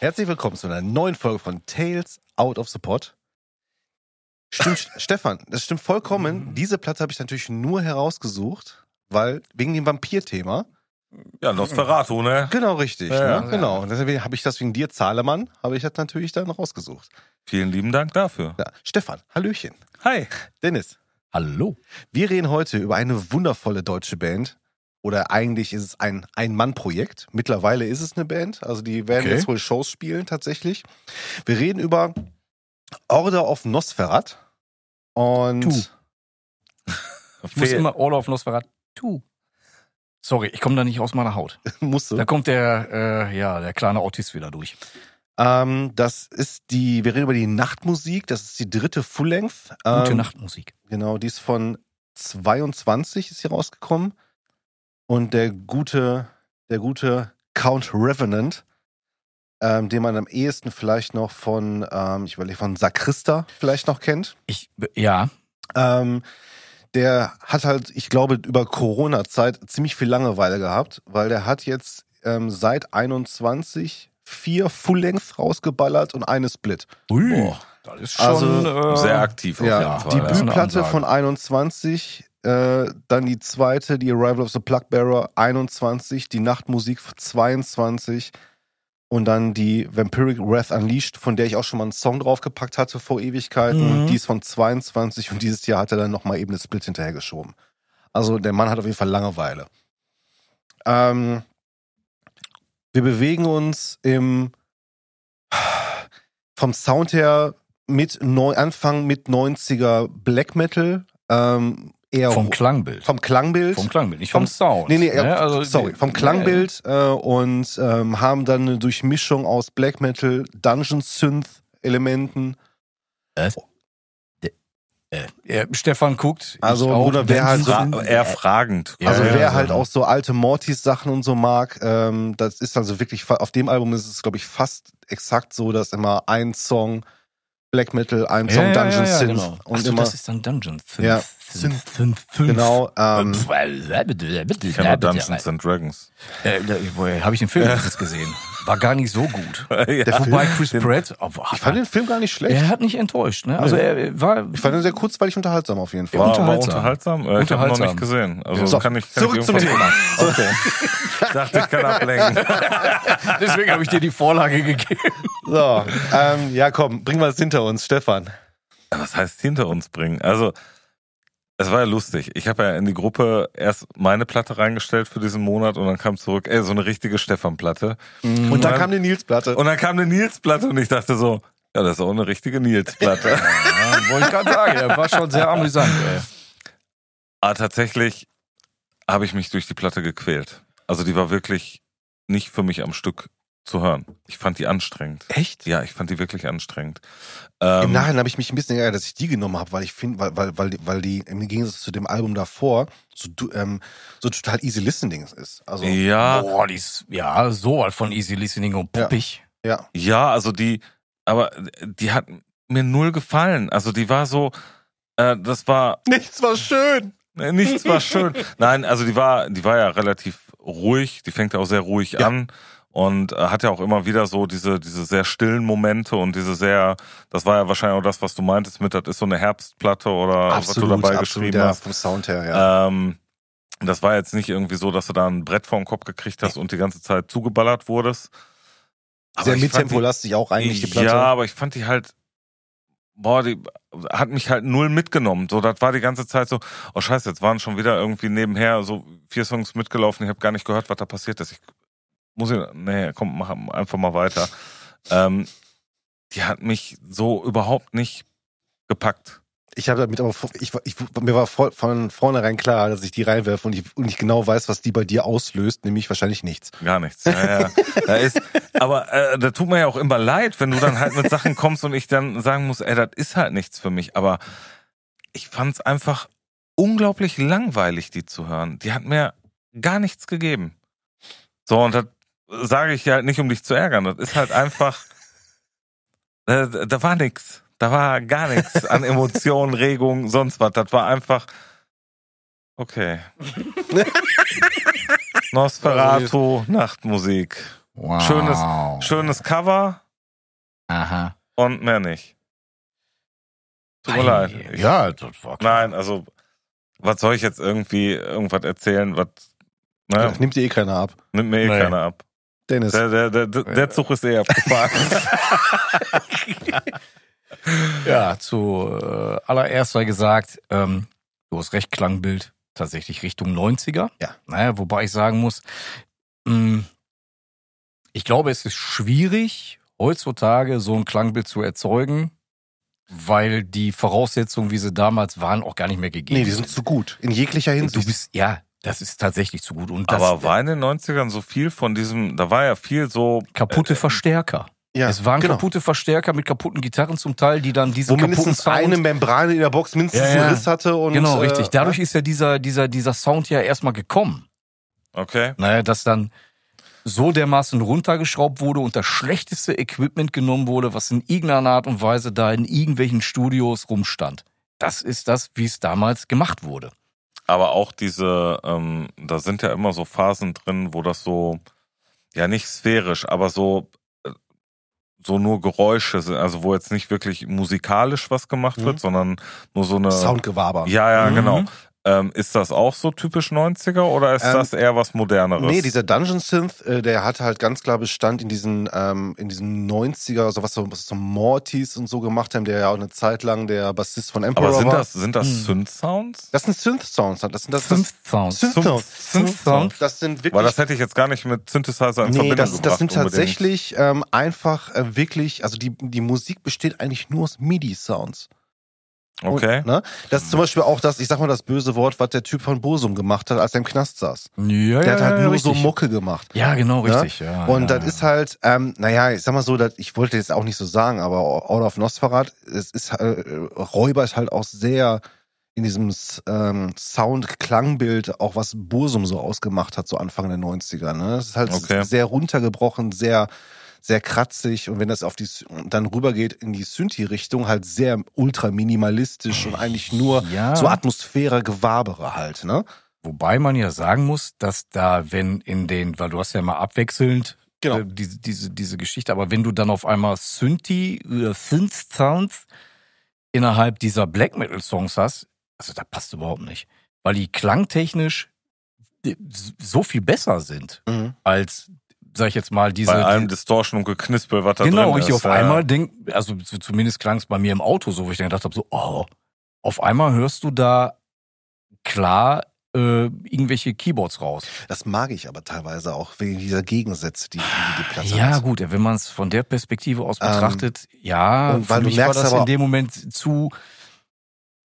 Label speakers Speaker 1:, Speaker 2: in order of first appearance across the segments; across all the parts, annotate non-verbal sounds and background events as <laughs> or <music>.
Speaker 1: Herzlich willkommen zu einer neuen Folge von Tales Out of the Pot.
Speaker 2: <laughs>
Speaker 1: Stimmt, Stefan, das stimmt
Speaker 2: Mhm.
Speaker 1: vollkommen. Diese Platte habe ich natürlich nur herausgesucht, weil wegen dem Vampir-Thema.
Speaker 2: Ja, Nosferatu, ne?
Speaker 1: Genau, richtig.
Speaker 2: Ja,
Speaker 1: ne?
Speaker 3: ja.
Speaker 1: Genau. Und deswegen habe ich das wegen dir, Zahlemann, habe ich das natürlich dann rausgesucht.
Speaker 2: Vielen lieben Dank dafür.
Speaker 1: Ja. Stefan, Hallöchen.
Speaker 2: Hi.
Speaker 1: Dennis,
Speaker 3: Hallo.
Speaker 1: wir reden heute über eine wundervolle deutsche Band. Oder eigentlich ist es ein Ein-Mann-Projekt. Mittlerweile ist es eine Band. Also die werden
Speaker 2: Okay.
Speaker 1: jetzt wohl Shows spielen tatsächlich. Wir reden über Order of Nosferat. Und
Speaker 3: Tu. Ich muss
Speaker 2: Fehl-
Speaker 3: immer All of Nosferatu. Sorry, ich komme da nicht aus meiner Haut.
Speaker 1: <laughs> musst du.
Speaker 3: Da kommt der, äh, ja, der kleine Autist wieder durch.
Speaker 1: Ähm, das ist die, wir reden über die Nachtmusik. Das ist die dritte Full-Length.
Speaker 3: Gute
Speaker 1: ähm,
Speaker 3: Nachtmusik.
Speaker 1: Genau, die ist von 22 ist hier rausgekommen. Und der gute, der gute Count Revenant, ähm, den man am ehesten vielleicht noch von, ähm, ich überlege, von Sakrista vielleicht noch kennt.
Speaker 3: Ich, ja,
Speaker 1: Ähm, der hat halt, ich glaube, über Corona-Zeit ziemlich viel Langeweile gehabt, weil der hat jetzt ähm, seit 21 vier Full-Lengths rausgeballert und eine Split.
Speaker 3: Boah, das ist schon
Speaker 1: Also,
Speaker 3: äh,
Speaker 2: Sehr aktiv auf
Speaker 1: Ja, die
Speaker 2: jeden Fall. ja.
Speaker 3: Bühne-
Speaker 1: Bühnenplatte
Speaker 3: Ansage.
Speaker 1: von 21, äh, dann die zweite, die Arrival of the Plugbearer 21, die Nachtmusik 22 und dann die Vampiric Wrath Unleashed, von der ich auch schon mal einen Song draufgepackt hatte vor Ewigkeiten.
Speaker 3: Mhm.
Speaker 1: Die ist von 22 und dieses Jahr hat er dann nochmal eben eine Split hinterhergeschoben. Also der Mann hat auf jeden Fall Langeweile. Ähm, wir bewegen uns im vom Sound her mit neu, Anfang mit 90er Black Metal, ähm, eher
Speaker 3: vom
Speaker 1: ro-
Speaker 3: Klangbild.
Speaker 1: vom Klangbild.
Speaker 3: Vom Klangbild, nicht vom,
Speaker 1: vom-
Speaker 3: Sound.
Speaker 1: Nee, nee,
Speaker 3: ne?
Speaker 1: ja,
Speaker 3: Also,
Speaker 1: sorry,
Speaker 3: die-
Speaker 1: vom Klangbild äh, und ähm, haben dann eine Durchmischung aus Black Metal, Dungeon-Synth-Elementen.
Speaker 3: Ja, Stefan guckt. ich
Speaker 1: Also,
Speaker 3: auch,
Speaker 1: Bruder, wer
Speaker 3: denn-
Speaker 1: halt so-
Speaker 2: Fra eher fragend.
Speaker 3: Ja,
Speaker 1: also
Speaker 3: ja,
Speaker 1: wer
Speaker 3: ja.
Speaker 1: halt auch so alte Mortis-Sachen und so mag, ähm, das ist also wirklich, fa- auf dem Album ist es, glaube ich, fast exakt so, dass immer ein Song Black Metal, ein
Speaker 3: Ja,
Speaker 1: Song
Speaker 3: ja,
Speaker 1: Dungeon
Speaker 3: ja, ja,
Speaker 1: Synth
Speaker 3: genau.
Speaker 1: und
Speaker 3: Ach so,
Speaker 1: immer.
Speaker 3: das ist dann Dungeon 5.
Speaker 1: Ja.
Speaker 3: Fünf, fünf, fünf.
Speaker 1: Genau, ähm,
Speaker 2: Ich kenne nur
Speaker 3: Dungeons.
Speaker 2: Dungeons and Dragons. <laughs>
Speaker 3: Habe Äh, ich den Film letztens gesehen. War gar nicht so gut.
Speaker 2: ja.
Speaker 3: Wobei Chris Pratt, oh, boah,
Speaker 1: Ich fand den Film gar nicht schlecht.
Speaker 3: er hat nicht enttäuscht. Ne? Also er äh, war
Speaker 1: Ich fand ihn sehr kurzweilig unterhaltsam auf jeden Fall.
Speaker 2: War aber unterhaltsam.
Speaker 3: unterhaltsam.
Speaker 2: Äh, Ich habe noch
Speaker 3: Unterhaltsam.
Speaker 2: nicht gesehen. Also
Speaker 1: So,
Speaker 2: kann ich kann
Speaker 1: zurück
Speaker 2: ich
Speaker 1: zum
Speaker 2: irgendwas-
Speaker 1: Thema.
Speaker 2: Okay. Ich dachte, ich
Speaker 1: <laughs>
Speaker 2: kann ablenken.
Speaker 3: <laughs> Deswegen habe ich dir die Vorlage gegeben.
Speaker 1: So, ähm, ja, komm, bringen wir es hinter uns, Stefan.
Speaker 2: Was heißt hinter uns bringen? Also, es war ja lustig. Ich habe ja in die Gruppe erst meine Platte reingestellt für diesen Monat und dann kam zurück, ey, so eine richtige Stefan-Platte.
Speaker 1: Mhm.
Speaker 3: Mhm.
Speaker 1: Und dann
Speaker 2: Mann.
Speaker 1: kam die Nils-Platte.
Speaker 2: Und dann kam eine Nils-Platte und ich dachte so, ja, das ist auch eine richtige
Speaker 1: <laughs>
Speaker 2: Nils-Platte.
Speaker 3: <laughs> Ja, wollte ich gerade sagen, er war schon sehr amüsant. Ey.
Speaker 2: Aber tatsächlich habe ich mich durch die Platte gequält. Also die war wirklich nicht für mich am Stück zu hören. Ich fand die anstrengend.
Speaker 1: Echt?
Speaker 2: Ja, ich fand die wirklich anstrengend.
Speaker 1: Im
Speaker 2: Ähm,
Speaker 1: Nachhinein habe ich mich ein bisschen geärgert, dass ich die genommen habe, weil ich finde, weil, weil, weil, die- weil die im Gegensatz zu dem Album davor so, du- ähm, so total easy listening ist. Also,
Speaker 2: ja,
Speaker 3: Ah. Boah, die ist ja so was von Easy Listening und poppig.
Speaker 1: ja.
Speaker 2: ja, also die, aber die hat mir null gefallen. Also die war so, äh, das war
Speaker 1: Nichts war schön.
Speaker 2: Nee, Ne, Nichts
Speaker 1: <laughs>
Speaker 2: war schön. Nein, also die war, die war ja relativ ruhig. Die fängt ja auch sehr ruhig
Speaker 1: Ja.
Speaker 2: an und äh, hat ja auch immer wieder so diese, diese sehr stillen Momente und diese sehr, das war ja wahrscheinlich auch das, was du meintest mit, das ist so eine Herbstplatte oder was du dabei geschrieben
Speaker 1: ja,
Speaker 2: hast.
Speaker 1: vom Sound her, ja.
Speaker 2: Ähm, das war jetzt nicht irgendwie so, dass du da ein Brett vor den Kopf gekriegt hast und die ganze Zeit zugeballert wurdest. Aber
Speaker 1: Sehr
Speaker 2: ich fand die-
Speaker 1: mittempolastig auch eigentlich die Platte.
Speaker 2: ja, aber ich fand die halt, boah, die hat mich halt null mitgenommen. So, das war die ganze Zeit so, oh scheiße, jetzt waren schon wieder irgendwie nebenher so vier Songs mitgelaufen, ich habe gar nicht gehört, was da passiert ist. Ich muss ja, nee, komm, mach einfach mal weiter. ähm, die hat mich so überhaupt nicht gepackt.
Speaker 1: Ich habe damit aber, ich, ich, mir war vor, von vornherein klar, dass ich die reinwerfe und ich, und ich genau weiß, was die bei dir auslöst, nämlich wahrscheinlich nichts.
Speaker 2: Gar nichts. Ja, ja. Da ist, aber äh, da tut mir ja auch immer leid, wenn du dann halt mit Sachen kommst und ich dann sagen muss, ey, das ist halt nichts für mich. Aber ich fand es einfach unglaublich langweilig, die zu hören. Die hat mir gar nichts gegeben. So, und das sage ich ja halt nicht, um dich zu ärgern. Das ist halt einfach, äh, da war nichts. Da war gar nichts an Emotionen, Regung, sonst was. Das war einfach, okay. Nosferatu, Nachtmusik.
Speaker 3: Wow.
Speaker 2: Schönes- Schönes Cover
Speaker 3: Aha.
Speaker 2: und mehr nicht. Tut mir
Speaker 3: Ei,
Speaker 2: leid. Ich,
Speaker 4: Ja, das war klar.
Speaker 2: Nein, also, was soll ich jetzt irgendwie irgendwas erzählen, was ne,
Speaker 1: Das nimmt dir eh keiner ab.
Speaker 2: nimmt mir eh
Speaker 4: Nee.
Speaker 2: keiner ab.
Speaker 1: Dennis,
Speaker 2: Der, der, der, der der Zug ist eh abgefahren.
Speaker 3: Ja, zu äh, allererst sei gesagt, ähm, du hast recht, Klangbild tatsächlich Richtung 90er.
Speaker 1: Ja.
Speaker 3: Naja, wobei ich sagen muss, mh, ich glaube, es ist schwierig, heutzutage so ein Klangbild zu erzeugen, weil die Voraussetzungen, wie sie damals waren, auch gar nicht mehr gegeben
Speaker 1: nee, die sind zu gut. In jeglicher
Speaker 3: Du
Speaker 1: Hinsicht.
Speaker 3: bist, ja, das ist tatsächlich zu gut. Und das
Speaker 2: Aber war in den 90ern so viel von diesem, da war ja viel so.
Speaker 3: kaputte Verstärker.
Speaker 1: Äh, ja,
Speaker 3: es waren
Speaker 1: genau.
Speaker 3: kaputte Verstärker mit kaputten Gitarren zum Teil, die dann diese
Speaker 1: Wo
Speaker 3: kaputten
Speaker 1: mindestens eine
Speaker 3: Sound
Speaker 1: Membran in der Box mindestens
Speaker 3: Ja, ja.
Speaker 1: einen Riss hatte. Und,
Speaker 3: Genau,
Speaker 1: äh,
Speaker 3: richtig. Dadurch ist ja dieser, dieser, dieser Sound ja erstmal gekommen.
Speaker 2: Okay.
Speaker 3: Naja, dass dann so dermaßen runtergeschraubt wurde und das schlechteste Equipment genommen wurde, was in irgendeiner Art und Weise da in irgendwelchen Studios rumstand. Das ist das, wie es damals gemacht wurde.
Speaker 2: Aber auch diese, ähm, da sind ja immer so Phasen drin, wo das so, ja nicht sphärisch, aber so, äh, so nur Geräusche sind, also wo jetzt nicht wirklich musikalisch was gemacht
Speaker 1: Mhm.
Speaker 2: wird, sondern nur so eine.
Speaker 1: Soundgewaber.
Speaker 2: Ja, ja,
Speaker 3: Mhm.
Speaker 2: genau. Ähm, ist das auch so typisch 90er oder ist
Speaker 1: Ähm,
Speaker 2: das eher was Moderneres?
Speaker 1: Nee, dieser Dungeon Synth, äh, der hatte halt ganz klar Bestand in diesen, ähm, in diesen 90er, so was so, was so Mortys und so gemacht haben, der ja auch eine Zeit lang der Bassist von Emperor
Speaker 2: aber sind
Speaker 1: war.
Speaker 2: das, sind das
Speaker 3: Mhm.
Speaker 2: Synth-Sounds?
Speaker 1: das sind Synth-Sounds. Das sind, das, das,
Speaker 3: Fünf Sounds.
Speaker 1: Synth-Sounds.
Speaker 3: Fünf Sounds.
Speaker 1: Das sind wirklich.
Speaker 2: Weil das hätte ich jetzt gar nicht mit Synthesizer in
Speaker 1: Äh, nee,
Speaker 2: Verbindung
Speaker 1: das,
Speaker 2: gebracht.
Speaker 1: das sind
Speaker 2: unbedingt.
Speaker 1: tatsächlich ähm, einfach äh, wirklich, also die, die Musik besteht eigentlich nur aus MIDI-Sounds.
Speaker 2: Okay.
Speaker 1: Und, ne? Das ist zum Beispiel auch das, ich sag mal das böse Wort, was der Typ von Bosum gemacht hat, als er im Knast saß.
Speaker 3: Ja, ja,
Speaker 1: Der hat halt
Speaker 3: ja,
Speaker 1: nur so
Speaker 3: richtig.
Speaker 1: Mucke gemacht.
Speaker 3: Ja, genau,
Speaker 1: Ne?
Speaker 3: richtig. Ja,
Speaker 1: Und
Speaker 3: ja,
Speaker 1: das
Speaker 3: ja.
Speaker 1: ist halt, ähm, naja, ich sag mal so, das, ich wollte jetzt auch nicht so sagen, aber Out of Nosferat, es ist äh, Räuber ist halt auch sehr in diesem S- ähm, Sound-Klangbild, auch was Bursum so ausgemacht hat, so Anfang der 90er. Ne? Das ist halt
Speaker 2: Okay.
Speaker 1: sehr runtergebrochen, sehr, sehr kratzig. Und wenn das auf die S- dann rübergeht in die Synthi-Richtung, halt sehr ultra minimalistisch und eigentlich nur
Speaker 3: ja.
Speaker 1: so Atmosphäre, Gewabere halt, ne?
Speaker 3: Wobei man ja sagen muss, dass da, wenn in den, weil du hast ja mal abwechselnd
Speaker 1: Genau.
Speaker 3: äh, diese, diese, diese Geschichte, aber wenn du dann auf einmal Synthi, äh, Synth-Sounds innerhalb dieser Black Metal-Songs hast, also da passt überhaupt nicht. Weil die klangtechnisch äh, so viel besser sind
Speaker 1: Mhm.
Speaker 3: als, sag ich jetzt mal, diese.
Speaker 2: Bei allem
Speaker 3: die-
Speaker 2: Distortion und Geknispel, was da drin ist.
Speaker 3: genau, richtig. Auf
Speaker 2: ja.
Speaker 3: einmal denk, also zu- zumindest klang es bei mir im Auto so, wo ich dann gedacht habe, so, oh, auf einmal hörst du da klar äh, irgendwelche Keyboards raus.
Speaker 1: Das mag ich aber teilweise auch, wegen dieser Gegensätze, die die, die Platte
Speaker 3: Ja,
Speaker 1: hat.
Speaker 3: gut, wenn man es von der Perspektive aus
Speaker 1: Ähm,
Speaker 3: betrachtet, ja,
Speaker 1: und weil
Speaker 3: für
Speaker 1: du
Speaker 3: mich
Speaker 1: merkst
Speaker 3: war das
Speaker 1: aber-
Speaker 3: in dem Moment zu,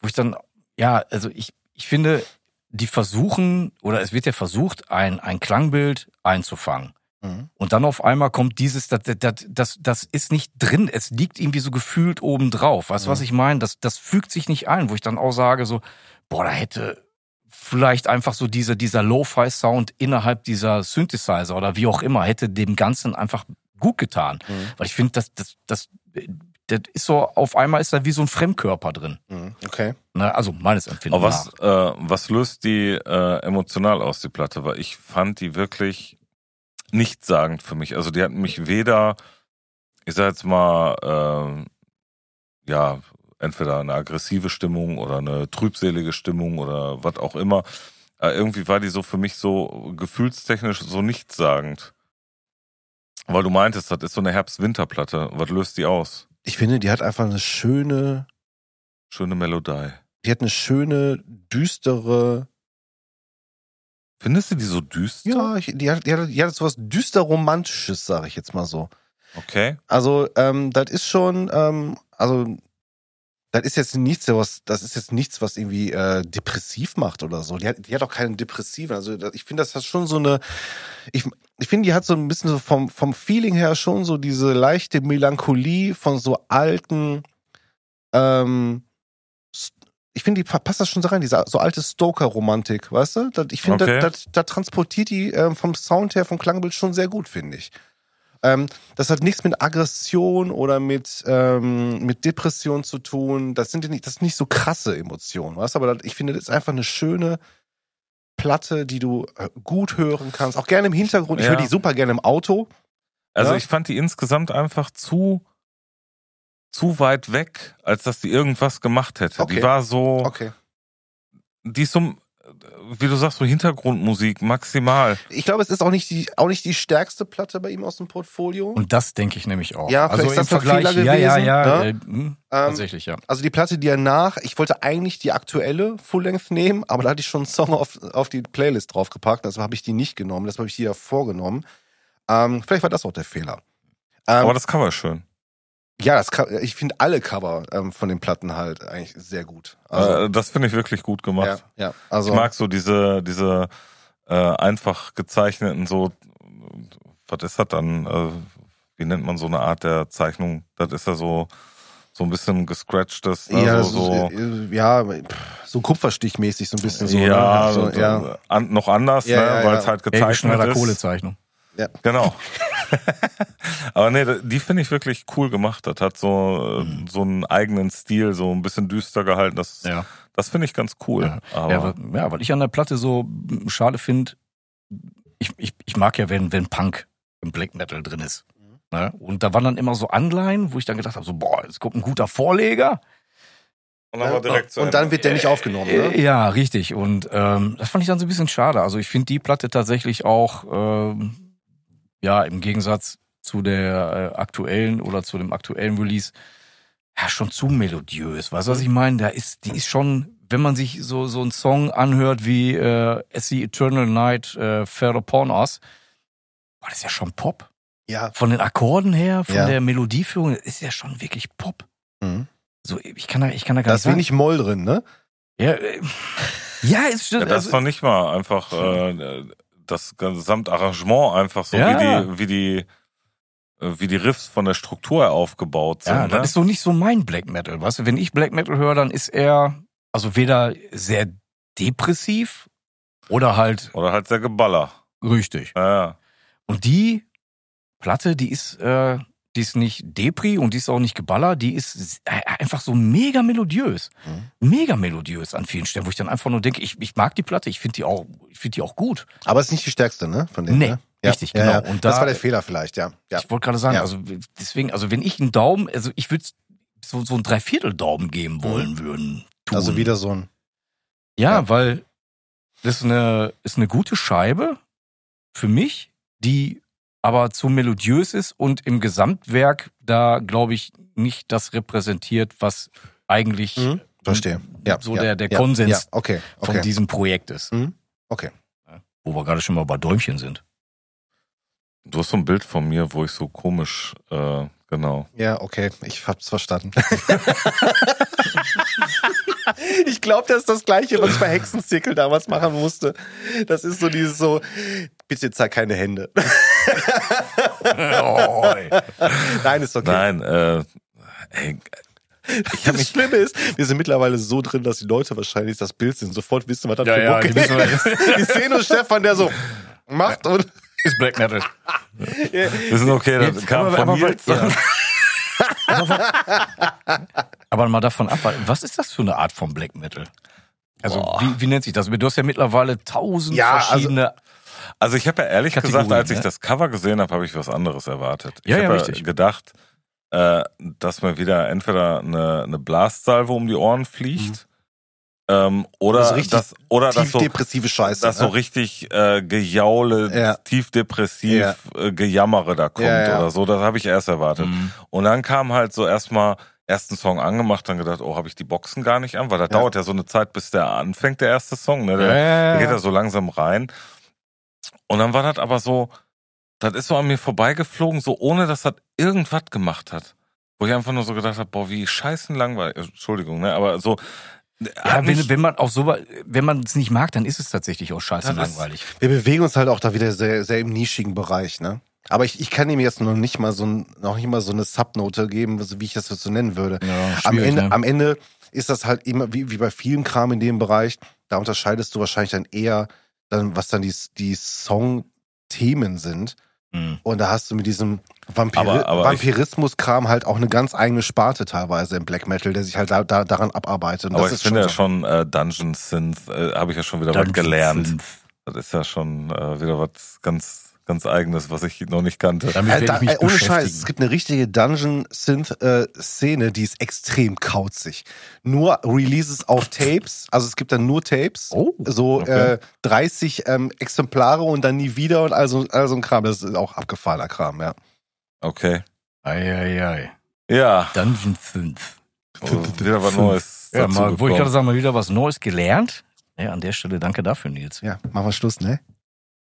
Speaker 3: wo ich dann, ja, also ich, ich finde, die versuchen, oder es wird ja versucht, ein, ein Klangbild einzufangen.
Speaker 1: Mhm.
Speaker 3: Und dann auf einmal kommt dieses, das, das, das, das ist nicht drin, es liegt irgendwie so gefühlt obendrauf. Weißt du, was ich meine? Das, das fügt sich nicht ein, wo ich dann auch sage, so, boah, da hätte vielleicht einfach so dieser, dieser Lo-Fi-Sound innerhalb dieser Synthesizer oder wie auch immer, hätte dem Ganzen einfach gut getan.
Speaker 1: Mhm.
Speaker 3: Weil ich finde, das, das, das, das ist so, auf einmal ist da wie so ein Fremdkörper drin.
Speaker 1: Mhm. Okay.
Speaker 3: Ne? Also meines Empfindens.
Speaker 2: Aber was,
Speaker 3: nach.
Speaker 2: äh, was löst die äh, emotional aus, die Platte? Weil ich fand die wirklich nichtssagend für mich. Also die hatten mich weder, ich sag jetzt mal, ähm, ja, entweder eine aggressive Stimmung oder eine trübselige Stimmung oder was auch immer. Äh, irgendwie war die so für mich so gefühlstechnisch so nichtssagend. Weil du meintest, das ist so eine Herbst-Winter-Platte. Was löst die aus?
Speaker 1: Ich finde, die hat einfach eine schöne,
Speaker 2: Schöne Melodie.
Speaker 1: die hat eine schöne, düstere,
Speaker 2: Findest du die so düster?
Speaker 1: ja, ich, die, hat, die, hat, die hat sowas düster-romantisches, sage ich jetzt mal so.
Speaker 2: Okay.
Speaker 1: Also, ähm, das ist schon, ähm, also, das ist jetzt nichts, was, das ist jetzt nichts, was irgendwie äh, depressiv macht oder so. Die hat, die hat auch keinen depressiven. Also, das- ich finde, das hat schon so eine, ich, ich finde, die hat so ein bisschen so vom, vom Feeling her schon so diese leichte Melancholie von so alten, ähm, S- ich finde, die pa- passt das schon so rein, diese so alte Stoker-Romantik, weißt du? Das, ich finde,
Speaker 2: Okay.
Speaker 1: da das, das transportiert die ähm, vom Sound her, vom Klangbild schon sehr gut, finde ich. Ähm, das hat nichts mit Aggression oder mit, ähm, mit Depression zu tun. Das sind ja nicht, das sind nicht so krasse Emotionen, weißt du? Aber das, ich finde, das ist einfach eine schöne Platte, die du äh, gut hören kannst. Auch gerne im Hintergrund. Ich
Speaker 2: Ja.
Speaker 1: höre die super gerne im Auto.
Speaker 2: Also
Speaker 1: Ja.
Speaker 2: ich fand die insgesamt einfach zu, zu weit weg, als dass die irgendwas gemacht hätte.
Speaker 1: Okay.
Speaker 2: Die war so,
Speaker 1: Okay.
Speaker 2: die ist so, wie du sagst, so Hintergrundmusik maximal.
Speaker 1: Ich glaube, es ist auch nicht, die, auch nicht die stärkste Platte bei ihm aus dem Portfolio.
Speaker 3: Und das denke ich nämlich auch.
Speaker 1: Ja, vielleicht ist das der Fehler
Speaker 3: ja, ja,
Speaker 1: gewesen,
Speaker 3: ja,
Speaker 1: ne?
Speaker 3: äh, hm, tatsächlich, ja.
Speaker 1: Also die Platte, die er nach, ich wollte eigentlich die aktuelle Full-Length nehmen, aber da hatte ich schon einen Song auf, auf die Playlist draufgepackt, deshalb habe ich die nicht genommen, deshalb habe ich die ja vorgenommen. Ähm, vielleicht war das auch der Fehler. Ähm,
Speaker 2: Aber das Cover ist schön.
Speaker 1: ja, das, Co- ich finde alle Cover ähm, von den Platten halt eigentlich sehr gut. Also,
Speaker 2: äh, das finde ich wirklich gut gemacht.
Speaker 1: ja, ja, also
Speaker 2: Ich mag so diese, diese äh, einfach gezeichneten, so, was ist das dann? Äh, wie nennt man so eine Art der Zeichnung? Das ist ja so, so ein bisschen gescratchtes, ne?
Speaker 1: ja,
Speaker 3: also
Speaker 2: so,
Speaker 1: so,
Speaker 2: so,
Speaker 1: äh, ja, pff, so Kupferstichmäßig so ein bisschen so.
Speaker 2: ja,
Speaker 1: ne? so,
Speaker 2: so,
Speaker 1: ja.
Speaker 2: An, noch anders,
Speaker 1: Ja,
Speaker 2: ne?
Speaker 1: ja,
Speaker 2: weil
Speaker 1: ja.
Speaker 2: es halt
Speaker 3: Helge
Speaker 2: gezeichnet
Speaker 3: Schneider
Speaker 2: ist.
Speaker 3: Äh, Kohlezeichnung.
Speaker 2: Genau. <laughs> Aber nee, die finde ich wirklich cool gemacht. Das hat so, äh,
Speaker 3: Mhm.
Speaker 2: so einen eigenen Stil, so ein bisschen düster gehalten. Das,
Speaker 3: Ja.
Speaker 2: das finde ich ganz cool. Aber,
Speaker 3: Ja, weil, ja, weil ich an der Platte so mm, schade finde, ich, ich, ich mag ja, wenn, wenn Punk im Black Metal drin ist. Ne? Und da waren dann immer so Anleihen, wo ich dann gedacht habe, so, boah, jetzt kommt ein guter Vorleger.
Speaker 2: und dann, war direkt zu
Speaker 1: Und dann
Speaker 2: Ende.
Speaker 1: wird der nicht aufgenommen, ne?
Speaker 3: Äh, ja, richtig. Und ähm, das fand ich dann so ein bisschen schade. Also ich finde die Platte tatsächlich auch, ähm, ja, im Gegensatz zu der äh, aktuellen oder zu dem aktuellen Release, ja, schon zu melodiös. Weißt du, was ich meine? Da ist, die ist schon, wenn man sich so, so einen Song anhört wie äh, As the Eternal Night äh, Fell Upon Us, boah, das ist ja schon Pop.
Speaker 1: Ja.
Speaker 3: Von den Akkorden her, von
Speaker 1: Ja.
Speaker 3: der Melodieführung, das ist ja schon wirklich Pop.
Speaker 1: Mhm.
Speaker 3: So, ich kann da, ich kann da gar
Speaker 1: Da ist
Speaker 3: nicht.
Speaker 1: wenig Moll drin, ne?
Speaker 3: Ja, äh, ja, es stimmt.
Speaker 2: Ja, das
Speaker 3: also-
Speaker 2: ist noch nicht mal einfach äh, das Gesamtarrangement einfach so,
Speaker 3: Ja.
Speaker 2: wie die, wie die, äh, wie die Riffs von der Struktur her aufgebaut sind.
Speaker 3: ja,
Speaker 2: ne?
Speaker 3: das ist so nicht so mein Black Metal. Weißt du, wenn ich Black Metal höre, dann ist er also weder sehr depressiv oder halt
Speaker 2: Oder halt der Geballer.
Speaker 3: richtig.
Speaker 2: Ja, ja.
Speaker 3: Und die Platte, die ist, äh, die ist nicht Depri und die ist auch nicht Geballer, die ist s- äh, einfach so mega melodiös. Mega melodiös an vielen Stellen, wo ich dann einfach nur denke, ich, ich mag die Platte, ich finde die auch, ich finde die auch gut.
Speaker 1: Aber es ist nicht die stärkste, ne? Von denen,
Speaker 3: Nee,
Speaker 1: ne? Ja.
Speaker 3: richtig,
Speaker 1: ja,
Speaker 3: genau.
Speaker 1: Ja.
Speaker 3: Und
Speaker 1: das
Speaker 3: da-
Speaker 1: war der Fehler vielleicht, ja. ja.
Speaker 3: Ich wollte gerade sagen,
Speaker 1: Ja.
Speaker 3: also deswegen, also wenn ich einen Daumen, also ich würde so, so einen Dreiviertel-Daumen geben wollen würden. Tun.
Speaker 1: Also wieder so ein.
Speaker 3: Ja,
Speaker 1: Ja.
Speaker 3: weil das ist eine, ist eine gute Scheibe für mich, die aber zu melodiös ist und im Gesamtwerk da, glaube ich, nicht das repräsentiert, was eigentlich
Speaker 1: Mhm. Verstehe. Ja.
Speaker 3: so
Speaker 1: ja,
Speaker 3: der, der
Speaker 1: ja,
Speaker 3: Konsens
Speaker 1: Ja, okay.
Speaker 3: von
Speaker 1: okay.
Speaker 3: diesem Projekt ist.
Speaker 1: Mhm. Okay.
Speaker 3: Wo wir gerade schon mal bei Däumchen sind.
Speaker 2: Du hast so ein Bild von mir, wo ich so komisch, äh, genau.
Speaker 1: Ja, okay. Ich hab's verstanden. <laughs> ich glaube, das ist das Gleiche, was ich bei Hexenzirkel damals machen musste. Das ist so dieses so. Bitte zeig keine Hände. <laughs>
Speaker 3: oh, ey.
Speaker 1: Nein, ist okay.
Speaker 2: Nein, äh, ey, ich habe
Speaker 1: <laughs> Das
Speaker 2: mich
Speaker 1: Schlimme ist, wir sind mittlerweile so drin, dass die Leute wahrscheinlich das Bild sehen, sofort wissen, was das
Speaker 3: Ja,
Speaker 1: für
Speaker 3: ja, die
Speaker 1: Mucke
Speaker 3: wissen, was-
Speaker 1: ist. <laughs> Die sehen nur Stefan, der so macht und
Speaker 3: ist Black Metal.
Speaker 2: Das ist okay,
Speaker 1: Genau,
Speaker 2: das
Speaker 3: Jetzt
Speaker 2: kam
Speaker 3: aber-
Speaker 2: von
Speaker 3: aber-
Speaker 2: mir.
Speaker 3: ja.
Speaker 1: <laughs>
Speaker 3: Aber mal davon ab, weil was ist das für eine Art von Black Metal? Also,
Speaker 2: Boah.
Speaker 3: wie, wie nennt sich das? Du hast ja mittlerweile tausend
Speaker 1: Ja, also-
Speaker 3: verschiedene.
Speaker 2: Also ich habe ja ehrlich
Speaker 3: Kategorien,
Speaker 2: gesagt, als ich
Speaker 3: ne?
Speaker 2: das Cover gesehen habe, habe ich was anderes erwartet. Ich
Speaker 3: Ja, ja,
Speaker 2: habe
Speaker 3: richtig.
Speaker 2: gedacht, äh, dass mir wieder entweder eine, eine Blastsalve um die Ohren fliegt ähm, oder
Speaker 1: Also richtig
Speaker 2: das oder das
Speaker 1: tief
Speaker 2: so,
Speaker 1: depressive Scheiße.
Speaker 2: das so
Speaker 1: ne?
Speaker 2: richtig äh, gejaule,
Speaker 1: Ja.
Speaker 2: tief depressiv
Speaker 1: Ja.
Speaker 2: äh, Gejammere da kommt
Speaker 1: Ja, ja.
Speaker 2: oder so. Das habe ich erst
Speaker 1: Also,
Speaker 2: erwartet.
Speaker 3: Mhm.
Speaker 2: Und dann kam halt so erstmal ersten Song angemacht, dann gedacht, oh, habe ich die Boxen gar nicht an, weil das
Speaker 1: Ja.
Speaker 2: dauert ja so eine Zeit, bis der anfängt, der erste Song.
Speaker 1: also,
Speaker 2: Ne? Der,
Speaker 3: Ja.
Speaker 2: der geht da so langsam rein. Und dann war das aber so, das ist so an mir vorbeigeflogen, so ohne, dass das irgendwas gemacht hat. Wo ich einfach nur so gedacht habe, boah, wie scheißen langweilig. Entschuldigung, ne? Aber so.
Speaker 3: Ja,
Speaker 2: hat mich-
Speaker 3: wenn, wenn man auf so, wenn man es nicht mag, dann ist es tatsächlich auch scheiße
Speaker 2: Das ist-
Speaker 3: langweilig.
Speaker 1: Wir bewegen uns halt auch da wieder sehr, sehr im nischigen Bereich, ne? Aber ich, ich kann ihm jetzt noch nicht mal so ein, noch nicht mal so eine Subnote geben, so wie ich das jetzt so nennen würde.
Speaker 3: Ja,
Speaker 1: am,
Speaker 3: schwierig,
Speaker 1: Ende,
Speaker 3: ne?
Speaker 1: am Ende ist das halt immer, wie, wie bei vielen Kram in dem Bereich, da unterscheidest du wahrscheinlich dann eher, dann, was dann die, die Songthemen sind.
Speaker 3: Mhm.
Speaker 1: Und da hast du mit diesem Vampir
Speaker 2: Aber- aber ich-
Speaker 1: Vampirismus-Kram halt auch eine ganz eigene Sparte teilweise im Black Metal, der sich halt da, da, daran abarbeitet. Und
Speaker 2: aber
Speaker 1: das
Speaker 2: ich
Speaker 1: ist
Speaker 2: finde ja
Speaker 1: so.
Speaker 2: schon äh, Dungeon Synth, äh, habe ich ja schon wieder was
Speaker 3: Dungeon
Speaker 2: gelernt.
Speaker 3: fünf.
Speaker 2: Das ist ja schon äh, wieder was ganz, ganz eigenes, was ich noch nicht kannte.
Speaker 3: Damit
Speaker 1: Äh,
Speaker 3: werde
Speaker 1: da,
Speaker 3: ich mich
Speaker 1: äh, ohne Scheiß,
Speaker 3: beschäftigen.
Speaker 1: es gibt eine richtige Dungeon-Synth-Szene, die ist extrem kauzig. Nur Releases auf Tapes, also es gibt dann nur Tapes,
Speaker 3: Oh,
Speaker 1: so
Speaker 2: okay.
Speaker 1: äh, 30 ähm, Exemplare und dann nie wieder und also also ein Kram. Das ist auch abgefahrener Kram, ja.
Speaker 2: Okay.
Speaker 3: Eieiei.
Speaker 2: Ja,
Speaker 3: Dungeon 5.
Speaker 2: also wieder was Neues.
Speaker 3: Ja, mal, Äh, wo ich gerade
Speaker 2: dazu
Speaker 3: sagen, mal wieder was Neues gelernt. Ja, an der Stelle danke dafür, Nils.
Speaker 1: Ja, machen wir Schluss, ne?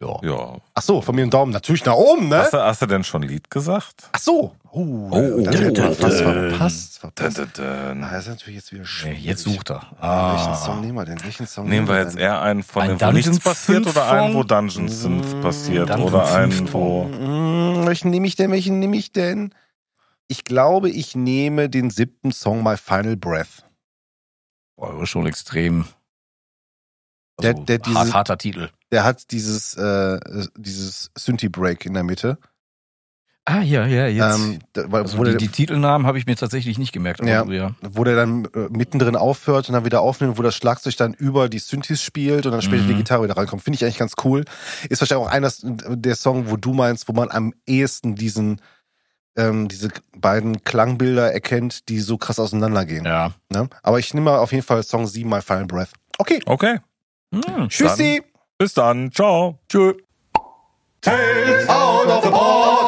Speaker 2: gekommen. ja.
Speaker 1: Ach so, von mir einen Daumen natürlich nach oben, ne?
Speaker 2: Hast, du, hast du denn schon ein Lied gesagt?
Speaker 1: Ach so. Oh,
Speaker 2: Oh,
Speaker 1: das
Speaker 2: oh,
Speaker 1: hat
Speaker 2: oh,
Speaker 1: was
Speaker 2: oh.
Speaker 1: verpasst.
Speaker 2: Dun,
Speaker 1: verpasst.
Speaker 2: dun, dun.
Speaker 1: Na, das ist natürlich jetzt wieder
Speaker 3: Nee,
Speaker 1: schwierig.
Speaker 3: jetzt sucht er.
Speaker 1: Ah. Welchen
Speaker 3: Ah.
Speaker 1: Song nehmen wir denn? Welchen Song
Speaker 2: Nehmen wir
Speaker 1: denn?
Speaker 2: jetzt eher einen von
Speaker 3: Ein Mm,
Speaker 2: dem, wo nichts
Speaker 3: Dungeon
Speaker 2: passiert oder einen, wo Dungeons
Speaker 1: Synth?
Speaker 2: Synth passiert
Speaker 3: Dungeon
Speaker 2: oder einen,
Speaker 3: Synth.
Speaker 2: wo.
Speaker 1: Mm, Welchen nehme ich denn? Welchen nehme ich denn? Ich glaube, ich nehme den siebten Song My Final Breath.
Speaker 3: Boah, das ist schon extrem. Also,
Speaker 1: Der- der
Speaker 3: hart,
Speaker 1: diese-
Speaker 3: harter Titel.
Speaker 1: Der hat dieses, äh, dieses Synthi-Break in der Mitte.
Speaker 3: Ah, ja, ja, jetzt.
Speaker 1: Ähm, da, weil-
Speaker 3: also
Speaker 1: wo,
Speaker 3: die,
Speaker 1: der,
Speaker 3: die Titelnamen habe ich mir tatsächlich nicht gemerkt. aber
Speaker 1: Ja.
Speaker 3: du ja.
Speaker 1: wo der dann äh, mittendrin aufhört und dann wieder aufnimmt, wo das Schlagzeug dann über die Synthis spielt und dann später
Speaker 3: Mhm.
Speaker 1: die Gitarre wieder reinkommt. Finde ich eigentlich ganz cool. Ist wahrscheinlich auch einer der Song, wo du meinst, wo man am ehesten diesen, ähm, diese beiden Klangbilder erkennt, die so krass auseinandergehen.
Speaker 3: ja.
Speaker 1: Ne? Aber ich nehme mal auf jeden Fall Song 7, My Final Breath. Okay.
Speaker 2: Okay,
Speaker 3: Hm.
Speaker 1: Tschüssi.
Speaker 2: bis dann. Ciao. Tschüss.
Speaker 1: Out of the box.